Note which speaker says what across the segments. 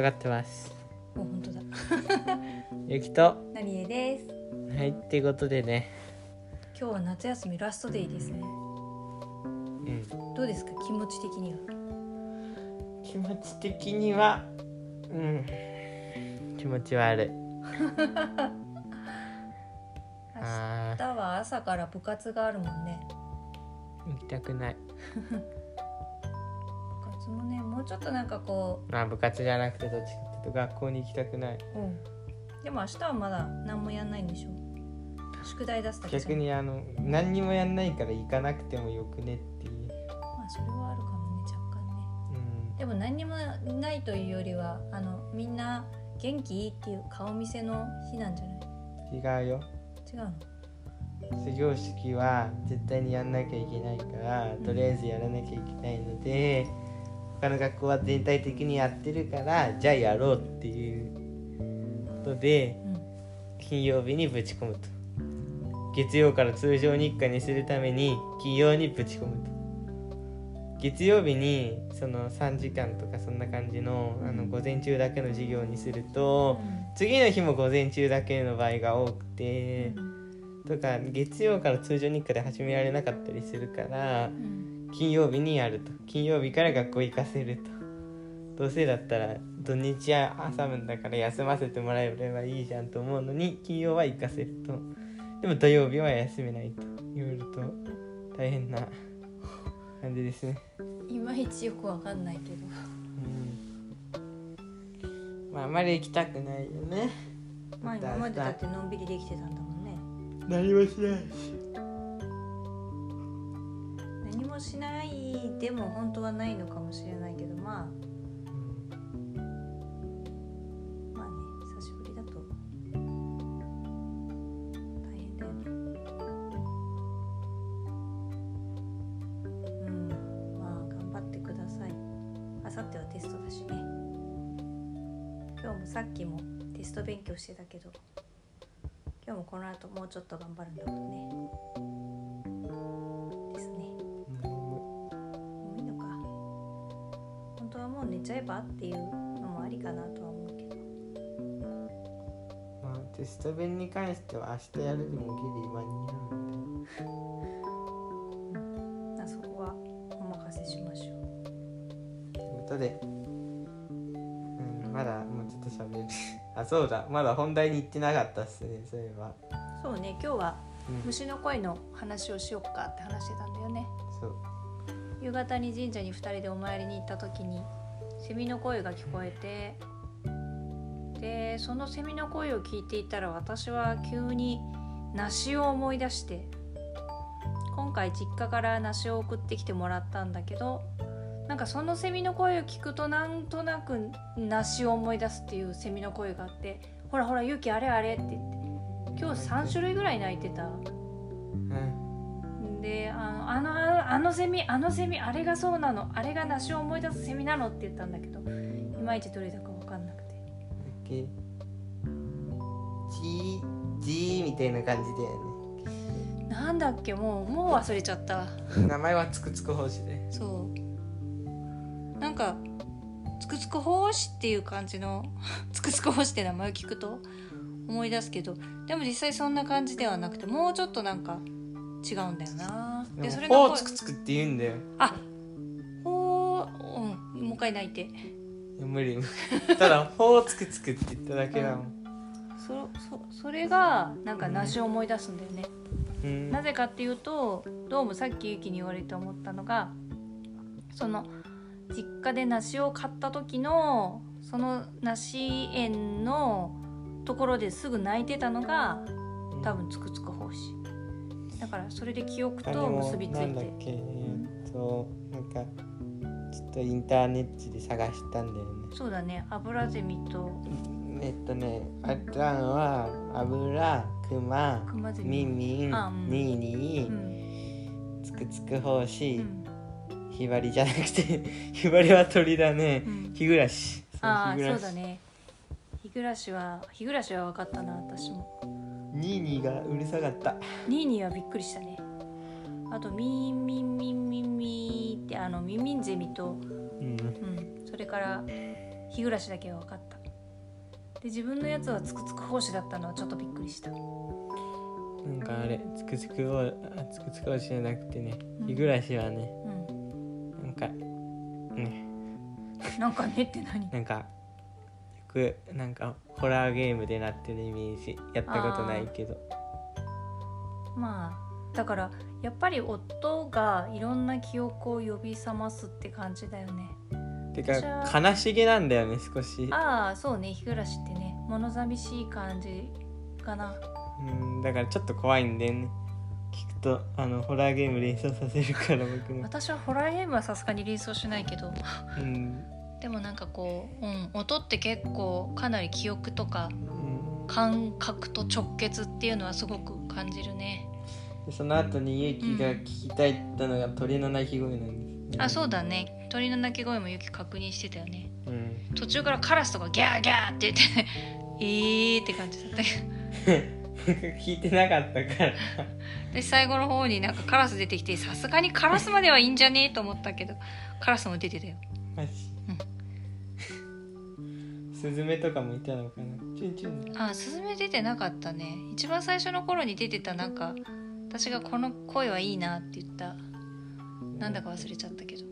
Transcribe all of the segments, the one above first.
Speaker 1: かってます
Speaker 2: お本当だ
Speaker 1: ゆきと
Speaker 2: なりえです
Speaker 1: はいっていうことでね
Speaker 2: 今日は夏休みラストデイですね
Speaker 1: うん
Speaker 2: どうですか気持ち的には
Speaker 1: 気持ち的にはうん気持ちはあるあ
Speaker 2: 明日は朝から部活があるもんね
Speaker 1: ー行きたくない
Speaker 2: 部活もねもうちょっとなんかこ、
Speaker 1: まあ部活じゃなくてどっちかっていうと学校に行きたくないう
Speaker 2: でも明日はまだ何もやんないんでしょ宿題出すだけじゃん
Speaker 1: 逆にあの何にもやんないから行かなくてもよくねっていう
Speaker 2: まあそれはあるかもね若干ね
Speaker 1: うん
Speaker 2: でも何にもないというよりはあのみんな元気っていう顔見せの日なんじゃな
Speaker 1: 違
Speaker 2: い
Speaker 1: うよ
Speaker 2: 違うの
Speaker 1: 卒業式は絶対にやんなきゃいけないからとりあえずやらなきゃいけないので他の学校は全体的にやってるからじゃあやろうっていうことで
Speaker 2: うん
Speaker 1: 金曜日にぶち込むと月曜から通常日課にするために金曜にぶち込むと月曜日にその3時間とかそんな感じのあの午前中だけの授業にすると次の日も午前中だけの場合が多くて。とか月曜から通常日課で始められなかったりするから
Speaker 2: うん
Speaker 1: 金曜日にやると金曜日から学校行かせるとどうせだったら土日は朝分だから休ませてもらえればいいじゃんと思うのに金曜は行かせるとでも土曜日は休めないといろいろと大変な感じですね、
Speaker 2: いまいちよくわかんないけど
Speaker 1: うん、まああまり行きたくないよね
Speaker 2: まあ今までだってのんびりできてたんだもんね
Speaker 1: 何もしないし
Speaker 2: 何もしないでも本当はないのかもしれないけどまあまあね久しぶりだと大変だよねうんまあ頑張ってくださいあさってはテストだしね今日もさっきもテスト勉強してたけど今日もこの後もうちょっと頑張るんだもんねですね
Speaker 1: うん
Speaker 2: もういいのか本当はもう寝ちゃえばっていうのもありかなとは思うけど
Speaker 1: まあテスト弁に関しては明日やるでもギリ間に合うので。
Speaker 2: まあそこはお任せしましょう
Speaker 1: ということで、うん、まだもうちょっと喋る あそうだまだ本題に行ってなかったっすねそういえば、
Speaker 2: そうね今日は
Speaker 1: うん、
Speaker 2: 虫の声の話をしよっかって話してたんだよね
Speaker 1: そう
Speaker 2: 夕方に神社に2人でお参りに行った時にセミの声が聞こえてでそのセミの声を聞いていたら私は急に梨を思い出して今回実家から梨を送ってきてもらったんだけどなんかそのセミの声を聞くとなんとなく梨を思い出すっていうセミの声があって「ほらほらゆきあれあれ」って言って今日3種類ぐらい鳴いてた。
Speaker 1: うん
Speaker 2: でああのあのあのセミあのセミあれがそうなのあれが梨を思い出すセミなのって言ったんだけどいまいちどれだか分かんなくて
Speaker 1: だっけじーじーみたいな感じだよ
Speaker 2: なんだっけもうもう忘れちゃった
Speaker 1: ね名前はつくつく星で
Speaker 2: そうなんかつくつく胞子っていう感じの つくつく胞子って名前を聞くと思い出すけどでも実際そんな感じではなくてもうちょっとなんか違うんだよなでそれが
Speaker 1: お
Speaker 2: こ
Speaker 1: ー
Speaker 2: う
Speaker 1: つくつくって言うんだよ
Speaker 2: あほううんもう一回泣いて
Speaker 1: いや無理無理ただほーつくつくって言っただけだもん
Speaker 2: そそそれがなんか梨を思い出すんだよね、
Speaker 1: うん
Speaker 2: なぜかっていうとどうもさっきゆきに言われて思ったのがその実家で梨を買った時のその梨園のところですぐ泣いてたのが多分つくつく胞子だからそれで記憶
Speaker 1: あで
Speaker 2: と
Speaker 1: も
Speaker 2: 結びつい
Speaker 1: なんだってけえーっとなんかちょっとインターネットで探したんだよね
Speaker 2: そうだね油ゼミと
Speaker 1: えっとね、あったんは油、くま、
Speaker 2: クマゼ
Speaker 1: み
Speaker 2: ミ
Speaker 1: んみん、
Speaker 2: あうん
Speaker 1: にいに
Speaker 2: う
Speaker 1: い、
Speaker 2: ん
Speaker 1: つくつくほう
Speaker 2: う
Speaker 1: し、
Speaker 2: ん
Speaker 1: ひばりじゃなくて、 ひばりは鳥だね
Speaker 2: う。ん
Speaker 1: ひぐらし。
Speaker 2: ああ
Speaker 1: ひぐ
Speaker 2: そ
Speaker 1: ら
Speaker 2: う
Speaker 1: し
Speaker 2: だ。ね日暮らしは日暮らしは分かったな私も
Speaker 1: にいにいがうるさかった。
Speaker 2: ニーニーはびっくりしたねあとミーミンミンミンミーってあのミンミンゼミと、
Speaker 1: うん。
Speaker 2: うん、それから日暮らしだけは分かったで自分のやつはつくつく奉仕だったのはちょっとびっくりした
Speaker 1: なんかあれつくつくをあつくつくをじゃなくてね
Speaker 2: うん
Speaker 1: 日暮らしはね
Speaker 2: うん
Speaker 1: なんかね
Speaker 2: なんかねって何
Speaker 1: なんかよくなんかホラーゲームでなってるイメージやったことないけど
Speaker 2: まあだからやっぱり夫がいろんな記憶を呼び覚ますって感じだよね
Speaker 1: てか
Speaker 2: 私は
Speaker 1: 悲しげなんだよね少し
Speaker 2: ああそうね日暮らしってね物寂しい感じかな
Speaker 1: うんだからちょっと怖いんだよね聞くとあのホラーゲーム連想させるから僕も
Speaker 2: 私はホラーゲームはさすがに連想しないけど
Speaker 1: うん、
Speaker 2: でもなんかこう、うん、音って結構かなり記憶とか
Speaker 1: うん、
Speaker 2: 感覚と直結っていうのはすごく感じるね
Speaker 1: でその後に勇気が聞きたいって言ったのが鳥の鳴き声なんです
Speaker 2: あそうだね鳥の鳴き声もゆき確認してたよね
Speaker 1: うん
Speaker 2: 途中からカラスとかギャーギャーって言ってね えーって感じだったけど
Speaker 1: 僕聞いてなかったから
Speaker 2: で最後の方になんかカラス出てきてさすがにカラスまではいいんじゃねえと思ったけどカラスも出てたよ
Speaker 1: マジスズメとかもいたのかなチュンチュン
Speaker 2: あスズメ出てなかったね一番最初の頃に出てたなんか私がこの声はいいなって言ったなんだか忘れちゃったけど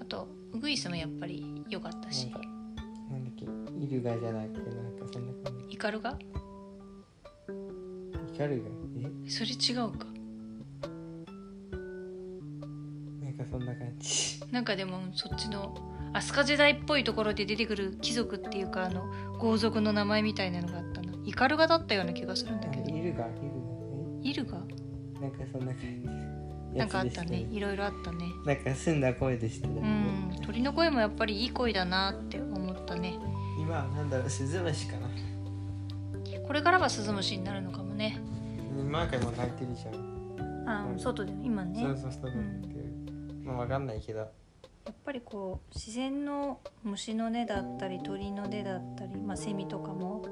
Speaker 2: あとウグイスもやっぱり良かったし
Speaker 1: なんかなんだっけイルガじゃなくてなんかそんな感
Speaker 2: イカルが
Speaker 1: じイカルガ
Speaker 2: それ違うか
Speaker 1: えなんかそんな感じ
Speaker 2: なんかでもそっちの飛鳥時代っぽいところで出てくる貴族っていうかあの豪族の名前みたいなのがあったなイカルガだったような気がするんだけど
Speaker 1: イルガイル
Speaker 2: イルガ
Speaker 1: ガえなんかそんな感じ
Speaker 2: なんかあった
Speaker 1: やつで
Speaker 2: ね
Speaker 1: し
Speaker 2: いろいろあったね
Speaker 1: たなんか澄んだ声でしたね
Speaker 2: うん鳥の声もやっぱりいい声だなって思ったね
Speaker 1: 今はなんだろうスズムシかな
Speaker 2: これからはスズムシになるのかもね
Speaker 1: マーカーも鳴いてるじゃん、
Speaker 2: あ
Speaker 1: うん
Speaker 2: 外で今ね
Speaker 1: そうそうそう鳴いてる、まあわかんないけど
Speaker 2: やっぱりこう自然の虫の音だったり鳥の音だったり、まあ、セミとかも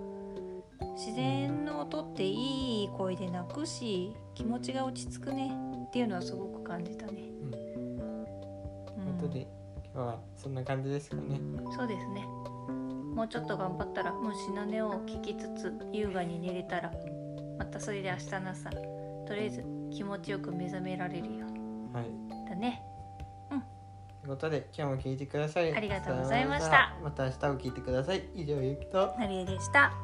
Speaker 2: 自然の音っていい声で鳴くし気持ちが落ち着くねっていうのはすごく感じたね。うん
Speaker 1: ことで今日はそんな感じですかね
Speaker 2: そうですねもうちょっと頑張ったら虫の音を聞きつつ優雅に寝れたらまたそれで明日の朝とりあえず気持ちよく目覚められるよ
Speaker 1: はい
Speaker 2: だね。
Speaker 1: ということで今日も聞いてください
Speaker 2: ありがとうございました
Speaker 1: また明日を聞いてください以上ゆきと
Speaker 2: なりえでした。